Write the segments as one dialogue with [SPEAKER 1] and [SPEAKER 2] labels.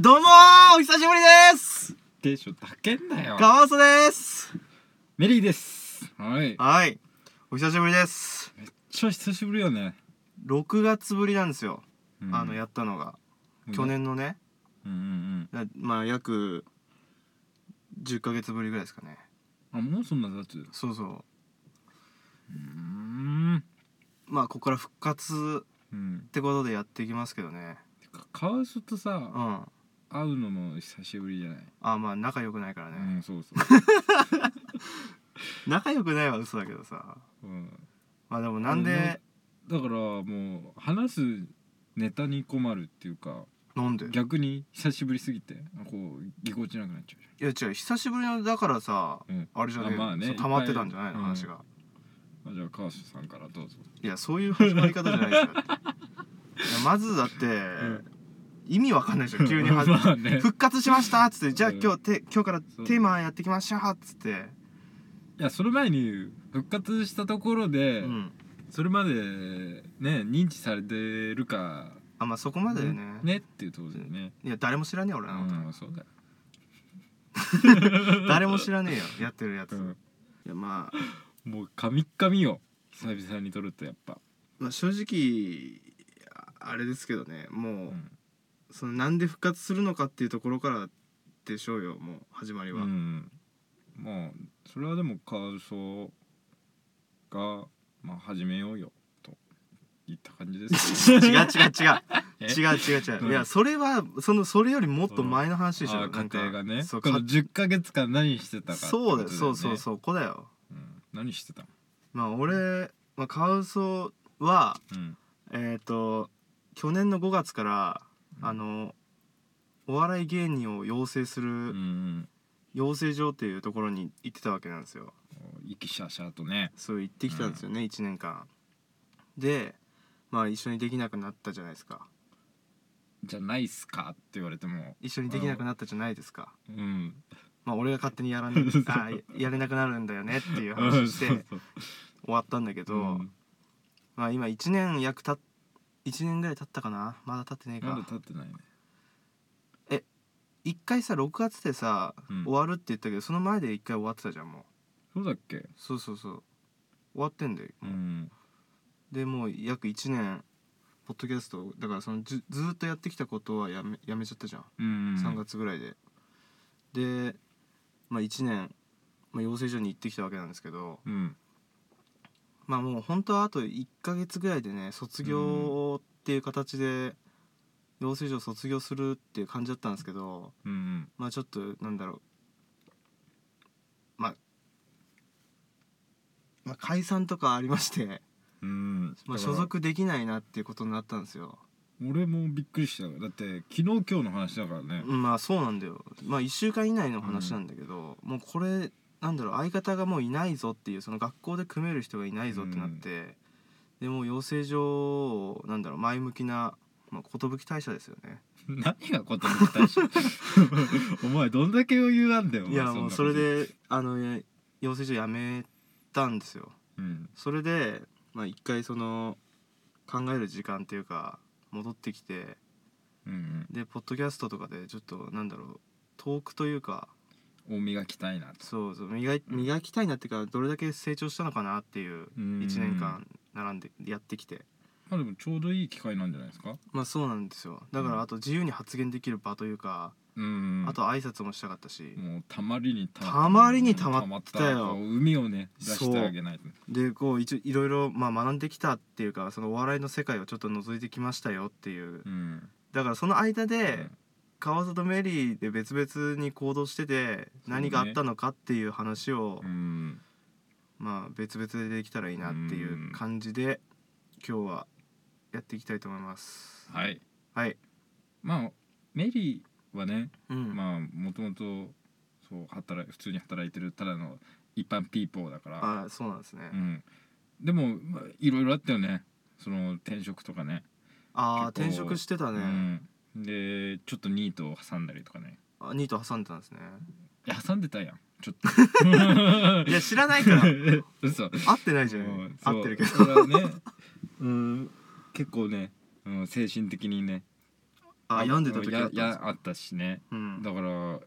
[SPEAKER 1] どうもーお久しぶりです
[SPEAKER 2] でしょだけんだよ
[SPEAKER 1] カワウソです
[SPEAKER 2] メリーですはい
[SPEAKER 1] はいお久しぶりです
[SPEAKER 2] めっちゃ久しぶりよね、
[SPEAKER 1] 6月ぶりなんですよ、
[SPEAKER 2] うん
[SPEAKER 1] あのやったのが、
[SPEAKER 2] うん
[SPEAKER 1] 去年のね
[SPEAKER 2] うんうん
[SPEAKER 1] なまあ約10ヶ月ぶりぐらいですかね
[SPEAKER 2] うんあもうそんなだつう
[SPEAKER 1] そうそう
[SPEAKER 2] ーん
[SPEAKER 1] まあここから復活
[SPEAKER 2] うん
[SPEAKER 1] ってことでやっていきますけどね
[SPEAKER 2] てかカワウソとさ、
[SPEAKER 1] うん
[SPEAKER 2] 会うのも久しぶりじゃない、
[SPEAKER 1] あまあ仲良くないからね、
[SPEAKER 2] うんそう そう、
[SPEAKER 1] 仲良くないは嘘だけどさ
[SPEAKER 2] うん、
[SPEAKER 1] まあでもなんで
[SPEAKER 2] だからもう話すネタに困るっていうか
[SPEAKER 1] なんでい
[SPEAKER 2] 逆に久しぶりすぎてこうぎこちなくなっちゃう
[SPEAKER 1] や違う久しぶりのだからさ
[SPEAKER 2] じゃん、うん
[SPEAKER 1] あれじゃねえ
[SPEAKER 2] あまあね
[SPEAKER 1] そう溜まってたんじゃないの
[SPEAKER 2] いっぱい
[SPEAKER 1] 話が、
[SPEAKER 2] あ、じゃあカワウソさんからどうぞ
[SPEAKER 1] いやそういう始まり方じゃないで すよいやまずだって、
[SPEAKER 2] ん
[SPEAKER 1] 意味わかんないでしょ急には
[SPEAKER 2] まあね
[SPEAKER 1] 復活しましたっつってじゃあ
[SPEAKER 2] うん
[SPEAKER 1] 今日て今日からテ
[SPEAKER 2] そう
[SPEAKER 1] ーマやってきましょうっつって
[SPEAKER 2] いやその前に復活したところで、
[SPEAKER 1] うん
[SPEAKER 2] それまでね認知されてるか
[SPEAKER 1] あまあそこまでね
[SPEAKER 2] ねっていうところでね、
[SPEAKER 1] いや誰も知らねえよ俺
[SPEAKER 2] う
[SPEAKER 1] のこ
[SPEAKER 2] ん、そうだよ、
[SPEAKER 1] と誰も知らねえよやってるやつ、
[SPEAKER 2] うん
[SPEAKER 1] いやまあ、
[SPEAKER 2] もうカミッカミよ久々に撮るとやっぱ、
[SPEAKER 1] まあ正直ああれですけどねもう、
[SPEAKER 2] うん
[SPEAKER 1] そのなんで復活するのかっていうところからでしょうよもう始まり
[SPEAKER 2] う
[SPEAKER 1] は、
[SPEAKER 2] ん、もうそれはでもカウソが、まあ、始めようよと言った感じです
[SPEAKER 1] 違う違う違う
[SPEAKER 2] え
[SPEAKER 1] 違う違う違う、
[SPEAKER 2] うん
[SPEAKER 1] いやそれはそのそれよりもっと前の話でしょ、
[SPEAKER 2] あ
[SPEAKER 1] な
[SPEAKER 2] あ
[SPEAKER 1] んか
[SPEAKER 2] 家庭がね
[SPEAKER 1] そう
[SPEAKER 2] こ
[SPEAKER 1] か
[SPEAKER 2] の10ヶ月間何してたかって
[SPEAKER 1] そうだ
[SPEAKER 2] こと
[SPEAKER 1] よそうそう
[SPEAKER 2] う、
[SPEAKER 1] そうこだよ
[SPEAKER 2] うん、何してたの
[SPEAKER 1] まあ俺、まあ、カワウソは
[SPEAKER 2] うん
[SPEAKER 1] えっ、と去年の5月から、
[SPEAKER 2] うん
[SPEAKER 1] あのお笑い芸人を養成す
[SPEAKER 2] う
[SPEAKER 1] る
[SPEAKER 2] ん
[SPEAKER 1] 養成所っていうところに行ってたわけなんですよ
[SPEAKER 2] 息しゃしゃとね
[SPEAKER 1] そう行ってきたんですよね、1年間でまあ一緒にできなくなったじゃないですか
[SPEAKER 2] じゃないっすかって言われても
[SPEAKER 1] 一緒にできなくなったじゃないですか
[SPEAKER 2] うん
[SPEAKER 1] まあ俺が勝手にやら ね
[SPEAKER 2] そう
[SPEAKER 1] あややれなくなるんだよねっていう
[SPEAKER 2] うん
[SPEAKER 1] 話して
[SPEAKER 2] そ
[SPEAKER 1] 終
[SPEAKER 2] うそう
[SPEAKER 1] わったんだけど、
[SPEAKER 2] うん
[SPEAKER 1] まあ今1年約たっ1年ぐらい経ったかなまだ経ってねえ
[SPEAKER 2] まだ
[SPEAKER 1] か
[SPEAKER 2] 立ってないね
[SPEAKER 1] 一回さ6月でさ、
[SPEAKER 2] うん
[SPEAKER 1] 終わるって言ったけどその前で一回終わってたじゃんもう
[SPEAKER 2] そうだっけ
[SPEAKER 1] そうそうそう終わってんだよ、
[SPEAKER 2] うん
[SPEAKER 1] でもう約1年ポッドキャストだからそのずずーっとやってきたことはやめやめちゃったじゃん、
[SPEAKER 2] うん
[SPEAKER 1] 3月ぐらいででまあ1年、まあ、養成所に行ってきたわけなんですけど、
[SPEAKER 2] うん
[SPEAKER 1] まあもう本当はあと1ヶ月ぐらいでね卒業っていう形で養成所卒業するっていう感じだったんですけど
[SPEAKER 2] うん
[SPEAKER 1] まあちょっとなんだろうまあまあ解散とかありまして、
[SPEAKER 2] うん
[SPEAKER 1] まあ、
[SPEAKER 2] だか
[SPEAKER 1] 所
[SPEAKER 2] ら
[SPEAKER 1] 属できないなっていうことになったんですよ、
[SPEAKER 2] 俺もびっくりしたよだって昨日今日の話だからね
[SPEAKER 1] まあそうなんだよまあ1週間以内の話なんだけど、もうこれなんだろう相方がもういないぞっていうその学校で組める人がいないぞってなって、でもう養成所をなんだろう前向きなまあ寿、大社ですよね
[SPEAKER 2] 何がことに対して お前どんだけ余裕あんだよお
[SPEAKER 1] い
[SPEAKER 2] 前
[SPEAKER 1] や
[SPEAKER 2] んな
[SPEAKER 1] もう
[SPEAKER 2] こと
[SPEAKER 1] それであのえ養成所辞めたんですよ
[SPEAKER 2] うん
[SPEAKER 1] それでまあ一回その考える時間っていうか戻ってきて
[SPEAKER 2] うん
[SPEAKER 1] でポッドキャストとかでちょっとなんだろうトークというか
[SPEAKER 2] うんお磨きたいなと
[SPEAKER 1] そうそう磨い磨きたいなっていうかどれだけ成長したのかなっていう
[SPEAKER 2] うん
[SPEAKER 1] 1年間並んでやってきて
[SPEAKER 2] まあでもちょうどいい機会なんじゃないですか
[SPEAKER 1] まあそうなんですよだか
[SPEAKER 2] うん
[SPEAKER 1] らあと自由に発言できる場というか、
[SPEAKER 2] うん
[SPEAKER 1] あと挨拶もしたかったし、
[SPEAKER 2] もうたまりにた
[SPEAKER 1] たまりにたまってたよ
[SPEAKER 2] こう海をね出してあげないとね
[SPEAKER 1] でこう一応いろいろまあ学んできたっていうかそのお笑いの世界をちょっと覗いてきましたよっていう
[SPEAKER 2] うん
[SPEAKER 1] だからその間で、
[SPEAKER 2] うん
[SPEAKER 1] 川里メリーで別々に行動してて
[SPEAKER 2] そうね
[SPEAKER 1] 何があったのかっていう話を、
[SPEAKER 2] うん
[SPEAKER 1] まあ別々でできたらいいなっていう感じで、今日はやっていきたいと思います。
[SPEAKER 2] はい
[SPEAKER 1] はい。
[SPEAKER 2] まあメリーはね、
[SPEAKER 1] うん。
[SPEAKER 2] まあもともとそう働い普通に働いてるただの一般ピーポーだから、
[SPEAKER 1] あ、そうなんですね。
[SPEAKER 2] うん、でも、まあ、いろいろあったよねその転職とかね
[SPEAKER 1] ああ、
[SPEAKER 2] 結構
[SPEAKER 1] 転職してたね。
[SPEAKER 2] うん、でちょっとニートを挟んだりとかね
[SPEAKER 1] あニート挟んでたんですね。
[SPEAKER 2] いや挟んでたやんち ょっと
[SPEAKER 1] いや、知らない から。
[SPEAKER 2] 嘘
[SPEAKER 1] 合ってないじゃ
[SPEAKER 2] うんん。そう
[SPEAKER 1] 合ってるけど。
[SPEAKER 2] それはね、うん、結構ね、うん、精神的にね、
[SPEAKER 1] あ病んでた時だった
[SPEAKER 2] や
[SPEAKER 1] んです
[SPEAKER 2] や
[SPEAKER 1] か
[SPEAKER 2] あったしね
[SPEAKER 1] うん
[SPEAKER 2] だから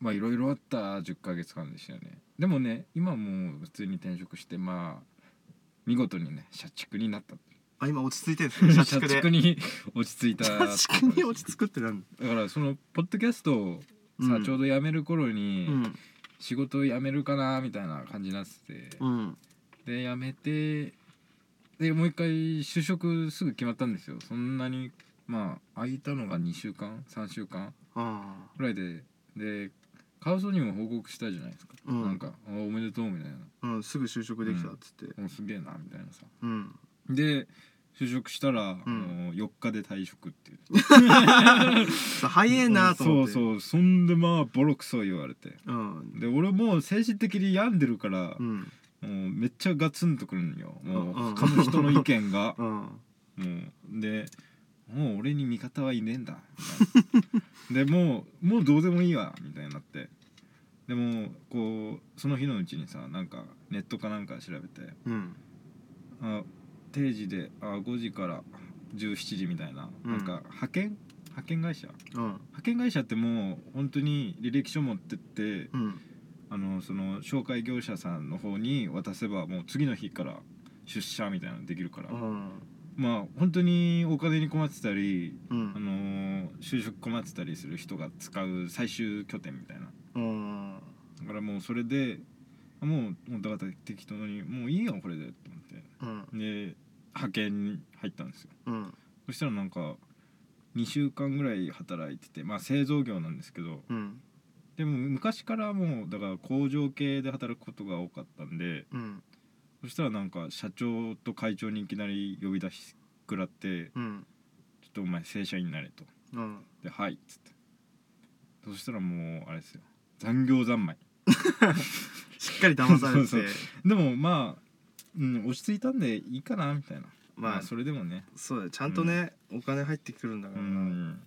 [SPEAKER 2] まあいろいろあった10ヶ月間でしたよねでもね今もう普通に転職してまあ見事にね社畜になった
[SPEAKER 1] あ今落ち着いてるんですね社畜で
[SPEAKER 2] に落ち着いた
[SPEAKER 1] 社畜に落ち着くってなんだ
[SPEAKER 2] だからそのポッドキャストをさ、ちょう
[SPEAKER 1] ど
[SPEAKER 2] ど辞める頃
[SPEAKER 1] う
[SPEAKER 2] に
[SPEAKER 1] ん
[SPEAKER 2] 仕事を辞めるかなみたいな感じになってて、
[SPEAKER 1] うん
[SPEAKER 2] で辞めてでもう一回就職すぐ決まったんですよそんなにまあ空いたのが2週間3週間
[SPEAKER 1] あ
[SPEAKER 2] ぐらいででカワソにも報告したじゃないですか、
[SPEAKER 1] うん
[SPEAKER 2] なんかあ「おめでとう」みたいな
[SPEAKER 1] ーうんすぐ就職できたっつって
[SPEAKER 2] 「おすげえな」みたいなさ
[SPEAKER 1] うん
[SPEAKER 2] で就職したら、
[SPEAKER 1] うん
[SPEAKER 2] あの4日で退職っていう
[SPEAKER 1] そう早えなと思って
[SPEAKER 2] そうそうそんでまあボロクソ言われて
[SPEAKER 1] うん
[SPEAKER 2] で俺もう精神的に病んでるから
[SPEAKER 1] う、ん
[SPEAKER 2] もうめっちゃガツンとくるんよもう
[SPEAKER 1] うん
[SPEAKER 2] 他の人の意見が
[SPEAKER 1] うん
[SPEAKER 2] もうでもう俺に味方はいねえんだみたいなでもうもうどうでもいいわみたいになってでもこうその日のうちにさなんかネットかなんか調べて
[SPEAKER 1] うん
[SPEAKER 2] あ定時であ5時から17時みたいな、
[SPEAKER 1] うん
[SPEAKER 2] なんか派遣派遣会社
[SPEAKER 1] うん
[SPEAKER 2] 派遣会社ってもう本当に履歴書持ってって
[SPEAKER 1] うん
[SPEAKER 2] あのその紹介業者さんの方に渡せばもう次の日から出社みたいなのできるから、
[SPEAKER 1] うん
[SPEAKER 2] まあ本当にお金に困ってたり、
[SPEAKER 1] う
[SPEAKER 2] あ
[SPEAKER 1] ん
[SPEAKER 2] のー就職困ってたりする人が使う最終拠点みたいな
[SPEAKER 1] うん
[SPEAKER 2] だからもうそれでもうもうだから適当にもういいよこれでと思って
[SPEAKER 1] うん
[SPEAKER 2] で派遣に入ったんですよ
[SPEAKER 1] うん
[SPEAKER 2] そしたらなんか2週間ぐらい働いててまあ製造業なんですけど
[SPEAKER 1] うん
[SPEAKER 2] でも昔からもうだから工場系で働くことが多かったんで
[SPEAKER 1] うん
[SPEAKER 2] そしたらなんか社長と会長にいきなり呼び出し食らって
[SPEAKER 1] うん
[SPEAKER 2] 「ちょっとお前正社員になれ」と
[SPEAKER 1] うん
[SPEAKER 2] 「ではい」っつってそしたらもうあれですよ残業三昧
[SPEAKER 1] しっかり騙されて
[SPEAKER 2] そうそうでもまあ、うん、落ち着いたんでいいかなみたいな
[SPEAKER 1] まあ
[SPEAKER 2] それでもね
[SPEAKER 1] そうだよちゃんとね、お金入ってくるんだか
[SPEAKER 2] う
[SPEAKER 1] らな、
[SPEAKER 2] ん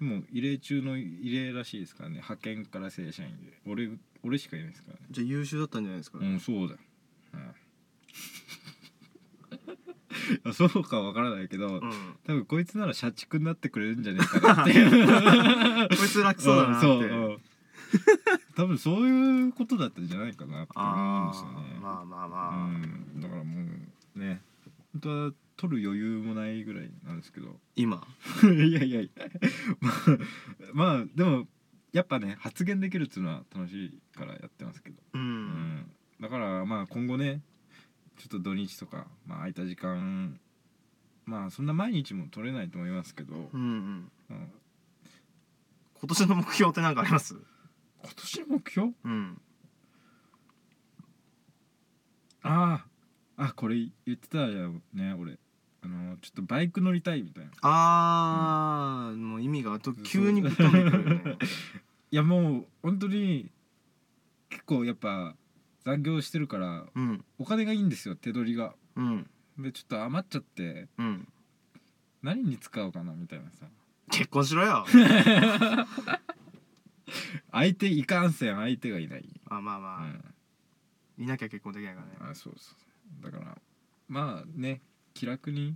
[SPEAKER 2] でも異例中の異例らしいですからね派遣から正社員で俺俺しかいないですからね
[SPEAKER 1] じゃあ優秀だったんじゃないですか、
[SPEAKER 2] うんそうだよ、うん そうかわからないけど、
[SPEAKER 1] うん
[SPEAKER 2] 多分こいつなら社畜になってくれるんじゃねえかなっていう
[SPEAKER 1] こいつ楽 そうだなって、
[SPEAKER 2] んそううん多分そういうことだったんじゃないかなって思うん
[SPEAKER 1] あ
[SPEAKER 2] ですよね
[SPEAKER 1] あまあまあまあ、
[SPEAKER 2] うん、だからもうね本当は取る余裕もないぐらいなんですけど
[SPEAKER 1] 今
[SPEAKER 2] いやいやいやまあ まあでもやっぱね発言できるっていうのは楽しいからやってますけど、
[SPEAKER 1] うん、
[SPEAKER 2] うんだからまあ今後ねちょっと土日とか、まあ、空いた時間まあそんな毎日も取れないと思いますけど、
[SPEAKER 1] うんうん
[SPEAKER 2] うん
[SPEAKER 1] 今年の目標って何かあります
[SPEAKER 2] 今年の目標
[SPEAKER 1] うん
[SPEAKER 2] あああこれ言ってたじゃんね俺あのちょっとバイク乗りたいみたいな
[SPEAKER 1] あー、もう意味がと急にぶっ飛んでくるよね
[SPEAKER 2] いやもう本当に結構やっぱ残業してるから
[SPEAKER 1] うん
[SPEAKER 2] お金がいいんですよ手取りが
[SPEAKER 1] うん
[SPEAKER 2] でちょっと余っちゃって
[SPEAKER 1] うん
[SPEAKER 2] 何に使おうかなみたいなさ
[SPEAKER 1] 結婚しろよ
[SPEAKER 2] 相手いかんせん相手がいない、
[SPEAKER 1] あまあ
[SPEAKER 2] う
[SPEAKER 1] まあ、
[SPEAKER 2] ん、
[SPEAKER 1] いなきゃ結婚できないからね
[SPEAKER 2] あそうそうだからまあね気楽に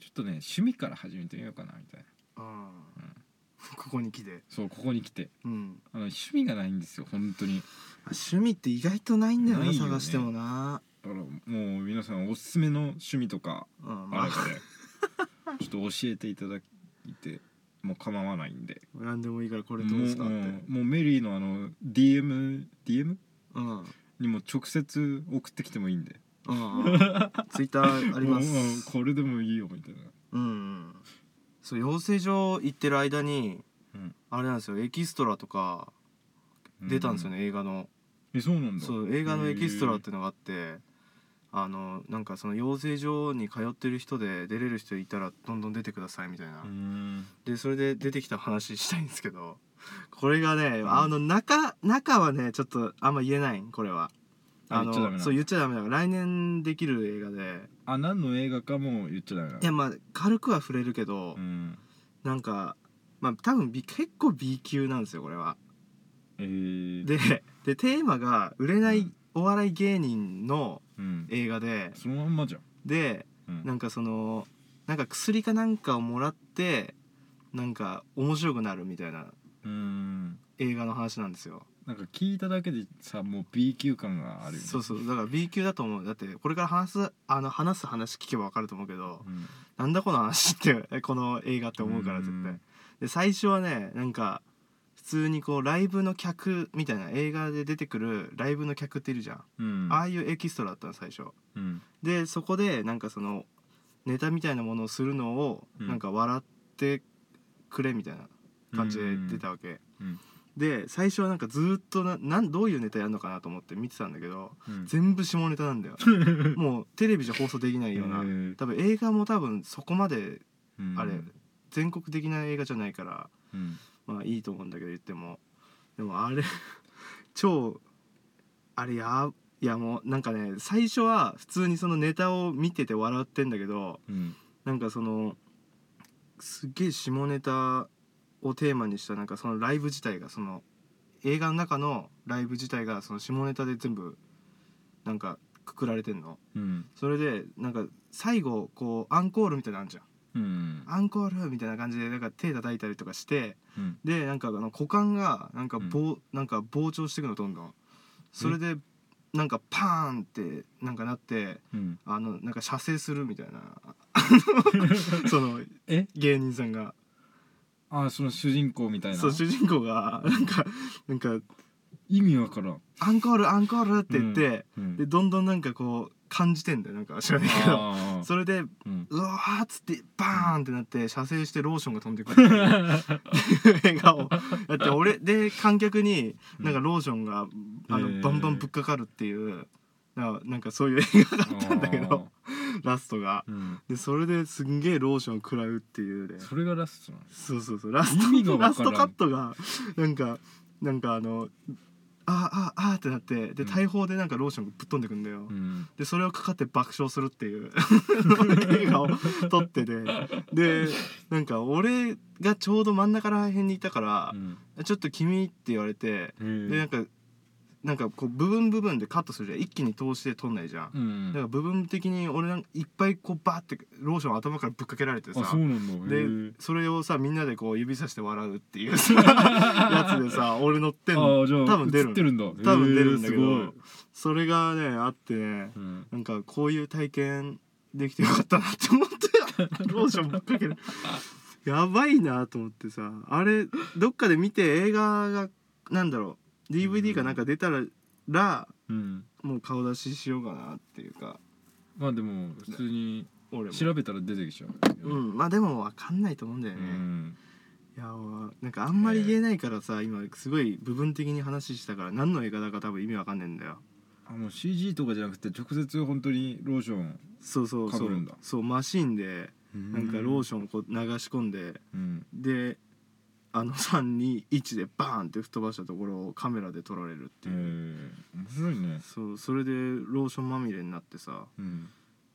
[SPEAKER 2] ちょっとね趣味から始めてみようかなみたいな
[SPEAKER 1] うん、ここに来て
[SPEAKER 2] そうここに来て
[SPEAKER 1] うん
[SPEAKER 2] あの趣味がないんですよ本当に
[SPEAKER 1] 趣味って意外とないんだよな
[SPEAKER 2] ないよね
[SPEAKER 1] 探してもな
[SPEAKER 2] だからもう皆さんおすすめの趣味とか
[SPEAKER 1] うんま
[SPEAKER 2] あ
[SPEAKER 1] あ
[SPEAKER 2] れば ねちょっと教えていただいてもう構わないんで
[SPEAKER 1] 何でもいいからこ
[SPEAKER 2] も
[SPEAKER 1] れ
[SPEAKER 2] う
[SPEAKER 1] どうですかっ
[SPEAKER 2] う
[SPEAKER 1] て
[SPEAKER 2] んもうメリーのあの DM, DM
[SPEAKER 1] うん
[SPEAKER 2] にも直接送ってきてもいいんで
[SPEAKER 1] ツイッターあります
[SPEAKER 2] もううんこれでもいいよみたいな
[SPEAKER 1] うん、うん、そう養成所行ってる間に、
[SPEAKER 2] うん
[SPEAKER 1] あれなんですよエキストラとか出たんですよね、映画の
[SPEAKER 2] うんえそうなんだ
[SPEAKER 1] そう映画のエキストラっていうのがあってあのなんかその養成所に通ってる人で出れる人いたらどんどん出てくださいみたいな、
[SPEAKER 2] うん
[SPEAKER 1] でそれで出てきた話したいんですけど これがね、
[SPEAKER 2] うん
[SPEAKER 1] あの中中はねちょっとあんま言えないこれは
[SPEAKER 2] あ
[SPEAKER 1] あの
[SPEAKER 2] 言っちゃダメなの
[SPEAKER 1] そう言っちゃダメだから来年できる映画で
[SPEAKER 2] あ何の映画かも言っちゃダメない
[SPEAKER 1] やまあ軽くは触れるけど、
[SPEAKER 2] うん
[SPEAKER 1] なんかまあ多分 B 結構 B 級なんですよこれは。
[SPEAKER 2] えー、
[SPEAKER 1] ででテーマが売れな
[SPEAKER 2] う
[SPEAKER 1] い
[SPEAKER 2] ん
[SPEAKER 1] お笑い芸人の
[SPEAKER 2] うん
[SPEAKER 1] 映画で
[SPEAKER 2] そのまんまじゃん
[SPEAKER 1] で
[SPEAKER 2] うん
[SPEAKER 1] なんかそのなんか薬かなんかをもらってなんか面白くなるみたいな
[SPEAKER 2] うん
[SPEAKER 1] 映画の話なんですよ
[SPEAKER 2] なんか聞いただけでさもう B 級感があるよね
[SPEAKER 1] そうそうだから B 級だと思うだってこれから話すあの話す話聞けば分かると思うけど
[SPEAKER 2] うん
[SPEAKER 1] なんだこの話って この映画って思うから絶
[SPEAKER 2] う
[SPEAKER 1] 対
[SPEAKER 2] ん
[SPEAKER 1] で最初はねなんか普通にこうライブの客みたいな映画で出てくるライブの客っているじゃん、
[SPEAKER 2] うん
[SPEAKER 1] ああいうエキストラだったの最初
[SPEAKER 2] うん
[SPEAKER 1] でそこでなんかそのネタみたいなものをするのを
[SPEAKER 2] うん
[SPEAKER 1] なんか笑ってくれみたいな感じで出たわけ、
[SPEAKER 2] うん
[SPEAKER 1] で最初はなんかずーっとななんどういうネタやるのかなと思って見てたんだけど
[SPEAKER 2] うん
[SPEAKER 1] 全部下ネタ なんだよもうテレビじゃ放送できないような、
[SPEAKER 2] へー
[SPEAKER 1] 多分映画も多分そこまで
[SPEAKER 2] うん
[SPEAKER 1] あれ全国的な映画じゃないから
[SPEAKER 2] うん
[SPEAKER 1] まあいいと思うんだけど言ってもでもあれ 超あれやいやもうなんかね最初は普通にそのネタを見てて笑ってんだけど
[SPEAKER 2] うん
[SPEAKER 1] なんかそのすっげえ下ネタをテーマにしたなんかそのライブ自体がその映画の中のライブ自体がその下ネタで全部なんかくくられてんの
[SPEAKER 2] うん
[SPEAKER 1] それでなんか最後こうアンコールみたいなのあんじゃん
[SPEAKER 2] うん
[SPEAKER 1] アンコールみたいな感じでなんか手叩いたりとかして
[SPEAKER 2] うん
[SPEAKER 1] でなんかあの股間がなんかぼう、なんか膨張していくのどんどんそれでなんかパーンってなんかなって
[SPEAKER 2] うん
[SPEAKER 1] あのなんか射精するみたいな その
[SPEAKER 2] え
[SPEAKER 1] 芸人さんが
[SPEAKER 2] あその主人公みたいな
[SPEAKER 1] そう主人公が なんかなんか
[SPEAKER 2] 意味わからん
[SPEAKER 1] アンコールアンコールって言って、
[SPEAKER 2] うん
[SPEAKER 1] でどんどんなんかこう感じてんだよなんか知らないけど
[SPEAKER 2] あー
[SPEAKER 1] それで
[SPEAKER 2] うん
[SPEAKER 1] うわーっつってバーンってなって射精してローションが飛んでくる 笑顔だ って俺で観客になんかローションがあ
[SPEAKER 2] へー
[SPEAKER 1] のバンバンぶっかかるっていうななんかそういう 映画だったんだけどラストが
[SPEAKER 2] あーうん
[SPEAKER 1] でそれですんげえローション食らうっていうね
[SPEAKER 2] それがラストなの
[SPEAKER 1] そうそうそうラス
[SPEAKER 2] 意味が
[SPEAKER 1] ト
[SPEAKER 2] わからん
[SPEAKER 1] ラストカットがなんかなんかあのあーあーあーってなってで
[SPEAKER 2] うん
[SPEAKER 1] 大砲でなんかローションがぶっ飛んでくんだよ、
[SPEAKER 2] うん
[SPEAKER 1] でそれをかかって爆笑するって いう映画を撮っててでなんか俺がちょうど真ん中ら辺にいたから
[SPEAKER 2] うん
[SPEAKER 1] 「ちょっと君」って言われて
[SPEAKER 2] へ
[SPEAKER 1] でな
[SPEAKER 2] ー
[SPEAKER 1] んかなんかこう部分部分でカットするじゃん一気に通して撮んないじゃん。
[SPEAKER 2] うん
[SPEAKER 1] だから部分的に俺なんかいっぱいこうバーってローション頭からぶっかけられてさ
[SPEAKER 2] あそうなんだへー
[SPEAKER 1] でそれをさみんなでこう指さして笑うっていう さやつでさ俺乗ってんの
[SPEAKER 2] あーじゃあ
[SPEAKER 1] 多分出る
[SPEAKER 2] 映ってるんだ多
[SPEAKER 1] 多分出るんだけ
[SPEAKER 2] すご
[SPEAKER 1] ど
[SPEAKER 2] い
[SPEAKER 1] それがねあってね
[SPEAKER 2] うん
[SPEAKER 1] なんかこういう体験できてよかったなって思って ローションぶっかけるやばいなと思ってさあれどっかで見て映画がなんだろう DVD かなんか出たら,、ら
[SPEAKER 2] うん
[SPEAKER 1] もう顔出ししようかなっていうか
[SPEAKER 2] まあでも普通に
[SPEAKER 1] 俺も
[SPEAKER 2] 調べたら出てきちゃう
[SPEAKER 1] う
[SPEAKER 2] よね
[SPEAKER 1] んまあでも分かんないと思うんだよ
[SPEAKER 2] う
[SPEAKER 1] ね、
[SPEAKER 2] ん
[SPEAKER 1] いやなんかあんまり言えないからさ、今すごい部分的に話したから何の映画だか多分意味わかんねえんだよ
[SPEAKER 2] あもう CG とかじゃなくて直接本当にローション
[SPEAKER 1] そうそうそ
[SPEAKER 2] 被
[SPEAKER 1] う
[SPEAKER 2] るんだ
[SPEAKER 1] そうマシーンでな
[SPEAKER 2] な
[SPEAKER 1] んかローションをこう流し込んで、
[SPEAKER 2] ョン
[SPEAKER 1] であの321でバーンって吹っ飛ばしたところをカメラで撮られるって
[SPEAKER 2] へえ
[SPEAKER 1] いう、
[SPEAKER 2] 面白いね
[SPEAKER 1] そうそれでローションまみれになってさ
[SPEAKER 2] うん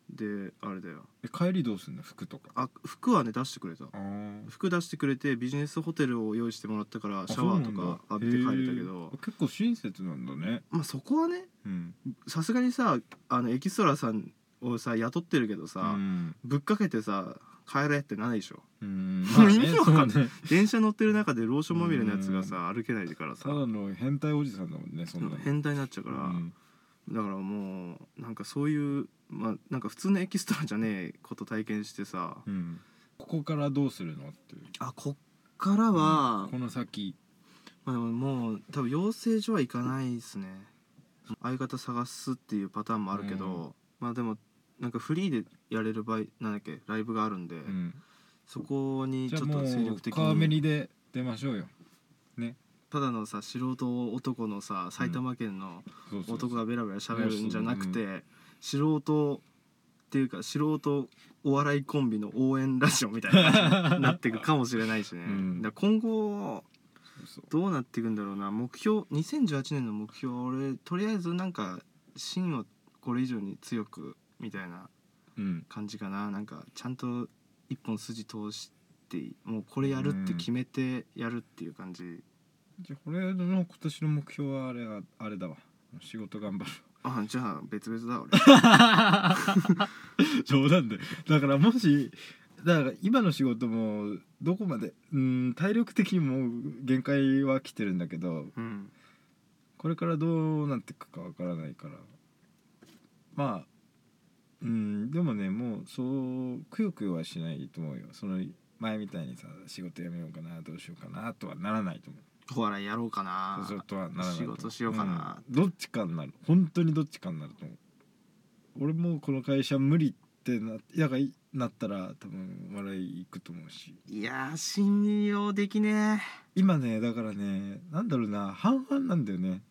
[SPEAKER 1] であれだよ
[SPEAKER 2] え帰りどうすんの服とか
[SPEAKER 1] あ服はね出してくれた
[SPEAKER 2] あー
[SPEAKER 1] 服出してくれてビジネスホテルを用意してもらったからシャワーとか浴
[SPEAKER 2] あそう
[SPEAKER 1] びて
[SPEAKER 2] なんだ
[SPEAKER 1] 帰れたけ
[SPEAKER 2] へ
[SPEAKER 1] ど
[SPEAKER 2] え結構親切なんだね
[SPEAKER 1] まあそこはね
[SPEAKER 2] うん
[SPEAKER 1] さすがにさあのエキストラさんをさ雇ってるけどさ、
[SPEAKER 2] うん
[SPEAKER 1] ぶっかけてさ帰れってならないでしょ
[SPEAKER 2] うん
[SPEAKER 1] まあね
[SPEAKER 2] 意味わかんない
[SPEAKER 1] 電車乗ってる中でローションまみれのやつがさ歩けないからさ
[SPEAKER 2] ただの変態おじさんだもんねそんなの
[SPEAKER 1] 変態になっちゃう
[SPEAKER 2] う
[SPEAKER 1] から、
[SPEAKER 2] ん
[SPEAKER 1] だからもうなんかそういうまあなんか普通のエキストラじゃねえこと体験してさ
[SPEAKER 2] うんここからどうするのっていう
[SPEAKER 1] あこっからは、
[SPEAKER 2] この先
[SPEAKER 1] まあ、でももう多分養成所は行かないですね相方探すっていうパターンもあるけど、
[SPEAKER 2] うん
[SPEAKER 1] まあでもなんかフリーでやれる場合なんだっけライブがあるんで、
[SPEAKER 2] うん
[SPEAKER 1] そこに
[SPEAKER 2] じ
[SPEAKER 1] ち
[SPEAKER 2] ゃあ
[SPEAKER 1] ょっ
[SPEAKER 2] も
[SPEAKER 1] と精力
[SPEAKER 2] う
[SPEAKER 1] 的
[SPEAKER 2] 川め
[SPEAKER 1] に
[SPEAKER 2] りで出ましょうよ
[SPEAKER 1] ただのさ素人男のさ埼玉県の
[SPEAKER 2] そうそうそう
[SPEAKER 1] 男がベラベラ喋るんじゃなくて素人っていうか素人お笑いコンビの応援ラジオみたいな感じになっていくかもしれないしね、
[SPEAKER 2] うん
[SPEAKER 1] だから今後
[SPEAKER 2] そう
[SPEAKER 1] どうなっていくんだろうな目標2018年の目標俺とりあえずなんか芯をこれ以上に強くみたいな
[SPEAKER 2] うん
[SPEAKER 1] 感じかななんかちゃんと一本筋通してもうこれやるって決めてやるっていう感じ、
[SPEAKER 2] じゃあ俺の今年の目標はあれはあれだわ仕事頑張る
[SPEAKER 1] あじゃあ別々だ俺
[SPEAKER 2] 冗談でだからもしだから今の仕事もどこまでうん体力的にもう限界は来てるんだけど
[SPEAKER 1] うん
[SPEAKER 2] これからどうなっていくかわからないからまあうんでもねもうそうくよくよはしないと思うよその前みたいにさ仕事辞めようかなどうしようかなとはならないと思う
[SPEAKER 1] お笑いやろうかな
[SPEAKER 2] そうとはならないと思う
[SPEAKER 1] 仕事しようかな
[SPEAKER 2] うんどっちかになる本当にどっちかになると思う俺もうこの会社無理ってなやがいなったら多分笑い行くと思うし
[SPEAKER 1] いやー信用できね
[SPEAKER 2] 今ねだからねなんだろうな半々なんだよね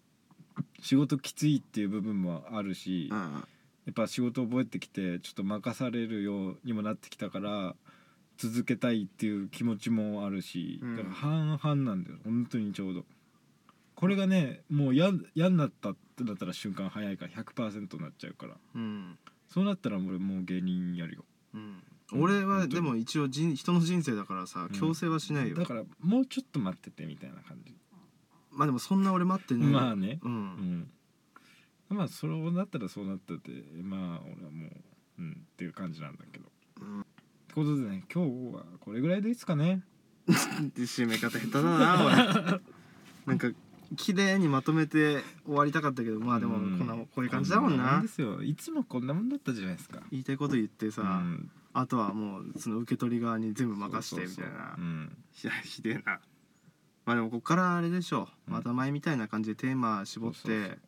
[SPEAKER 2] 仕事きついっていう部分もあるし、
[SPEAKER 1] えうん
[SPEAKER 2] やっぱ仕事覚えてきてちょっと任されるようにもなってきたから続けたいっていう気持ちもあるし、
[SPEAKER 1] うん
[SPEAKER 2] だから半々なんだよ本当にちょうどこれがねもうや嫌になったってなったら瞬間早いから100%になっちゃうから
[SPEAKER 1] うん
[SPEAKER 2] そうなったら俺もう芸人やるよ
[SPEAKER 1] うん
[SPEAKER 2] うん
[SPEAKER 1] 俺は
[SPEAKER 2] 本当に
[SPEAKER 1] でも一応人人の人生だからさ
[SPEAKER 2] うん
[SPEAKER 1] 強制はしないよ、
[SPEAKER 2] だからもうちょっと待っててみたいな感じ、
[SPEAKER 1] まあでもそんな俺待ってない、
[SPEAKER 2] まあね
[SPEAKER 1] う、
[SPEAKER 2] うん んまあそうなったらそうなったってまあ俺はもううんっていう感じなんだけど、
[SPEAKER 1] うん
[SPEAKER 2] ってことでね今日はこれぐらいでいいですかね
[SPEAKER 1] で締め方下手だなおいなんか綺麗にまとめて終わりたかったけどまあでも
[SPEAKER 2] うん
[SPEAKER 1] こんなこういう感じだもん
[SPEAKER 2] こな
[SPEAKER 1] な、
[SPEAKER 2] もですよいつもこんなもんだったじゃないですか
[SPEAKER 1] 言いたいこと言ってさ、
[SPEAKER 2] うん
[SPEAKER 1] あとはもうその受け取り側に全部任せてみたいな
[SPEAKER 2] そうそうそううん
[SPEAKER 1] いやひでえなまあでもこっからあれでしょ
[SPEAKER 2] うん
[SPEAKER 1] また前みたいな感じでテーマ絞っ
[SPEAKER 2] そうそう
[SPEAKER 1] て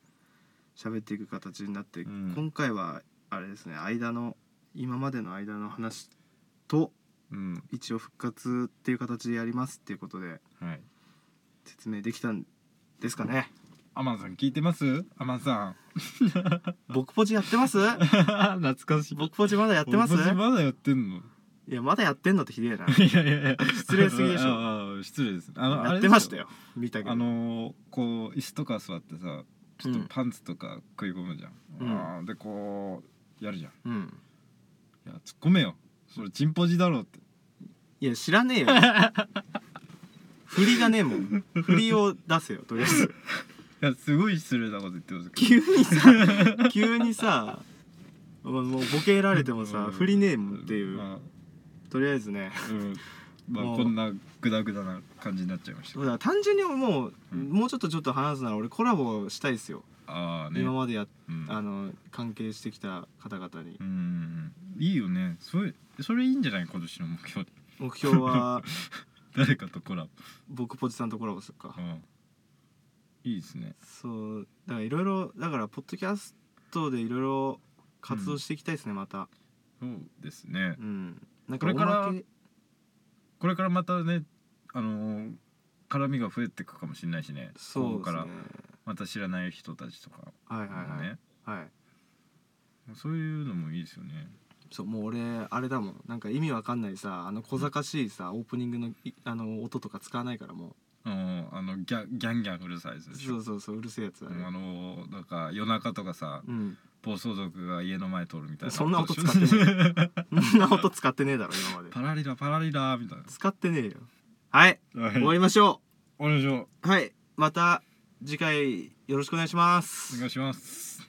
[SPEAKER 1] 喋っていく形になって、
[SPEAKER 2] うん
[SPEAKER 1] 今回はあれですね間の今までの間の話と
[SPEAKER 2] うん
[SPEAKER 1] 一応復活っていう形でやりますっていうことで
[SPEAKER 2] はい
[SPEAKER 1] 説明できたんですかね
[SPEAKER 2] アマンさん聞いてますアマンさん
[SPEAKER 1] 僕ポジやってます
[SPEAKER 2] 懐かしい
[SPEAKER 1] 僕ポジまだやってます
[SPEAKER 2] 僕たちまだやってんの
[SPEAKER 1] いやまだやってんのってひでえ ない
[SPEAKER 2] やいやいや
[SPEAKER 1] 失礼すぎでしょ
[SPEAKER 2] ああ失礼ですああ
[SPEAKER 1] や
[SPEAKER 2] れ
[SPEAKER 1] っ
[SPEAKER 2] です
[SPEAKER 1] てましたよ見たけど
[SPEAKER 2] あのーこう椅子とか座ってさちょっと
[SPEAKER 1] うん
[SPEAKER 2] パンツとか食い込むじゃん、
[SPEAKER 1] うん
[SPEAKER 2] あーでこうやるじゃん
[SPEAKER 1] うん
[SPEAKER 2] いや突っ込めよそれチンポジだろうって
[SPEAKER 1] いや知ら ねえよ振りがねえもん振りを出せよとりあえず
[SPEAKER 2] いやすごい失礼なこと言ってますけど
[SPEAKER 1] 急にさ急にさもうもうボケられ てもさ、
[SPEAKER 2] うん
[SPEAKER 1] 振りねえもんっていう、
[SPEAKER 2] まあ
[SPEAKER 1] とりあえずね
[SPEAKER 2] うんまあ
[SPEAKER 1] もう
[SPEAKER 2] こんなグダグダな感じになっちゃいました
[SPEAKER 1] だか
[SPEAKER 2] けど
[SPEAKER 1] ら単純にもう、
[SPEAKER 2] うん
[SPEAKER 1] もうちょっとちょっと話すなら俺コラボしたいですよ、
[SPEAKER 2] ああね
[SPEAKER 1] 今までや
[SPEAKER 2] うん
[SPEAKER 1] あの関係してきた方々に
[SPEAKER 2] うんいいよねそれそれいいんじゃない今年の目標
[SPEAKER 1] 目標 は
[SPEAKER 2] 誰かとコラボ、
[SPEAKER 1] 僕ポジさんとコラボするか、
[SPEAKER 2] うん、いいですね
[SPEAKER 1] そうだからいろいろだからポッドキャストでいろいろ活動していきたいですね、また
[SPEAKER 2] そうですね
[SPEAKER 1] うんなんか
[SPEAKER 2] これか
[SPEAKER 1] お
[SPEAKER 2] ら
[SPEAKER 1] まけ
[SPEAKER 2] これからまたねあのー絡みが増えていくかもしれないしね
[SPEAKER 1] そう
[SPEAKER 2] ここ
[SPEAKER 1] です
[SPEAKER 2] か
[SPEAKER 1] ね
[SPEAKER 2] らまた知らない人たちとか
[SPEAKER 1] はいはい
[SPEAKER 2] も
[SPEAKER 1] はい、
[SPEAKER 2] ね
[SPEAKER 1] はい
[SPEAKER 2] そういうのもいいですよね
[SPEAKER 1] そうもう俺あれだもんなんか意味わかんないさあの小賢しいさオープニングのいあの音とか使わないからも
[SPEAKER 2] あのーあのギャギャンギャンうるさいやつ
[SPEAKER 1] う
[SPEAKER 2] でしょ
[SPEAKER 1] そうそうそううるせえやつだ
[SPEAKER 2] あ
[SPEAKER 1] ね
[SPEAKER 2] のーなんか夜中とかさ
[SPEAKER 1] うん
[SPEAKER 2] 暴走族が家の前通るみたいな
[SPEAKER 1] そんな音使って
[SPEAKER 2] る
[SPEAKER 1] ねえそんな音使ってねえだろ今まで
[SPEAKER 2] パラリラパラリラみたい
[SPEAKER 1] 使ってねえよはい
[SPEAKER 2] な
[SPEAKER 1] 終わ
[SPEAKER 2] い
[SPEAKER 1] りましょ
[SPEAKER 2] お願いしま
[SPEAKER 1] うはいまた次回よろしくお願いします
[SPEAKER 2] すお願いします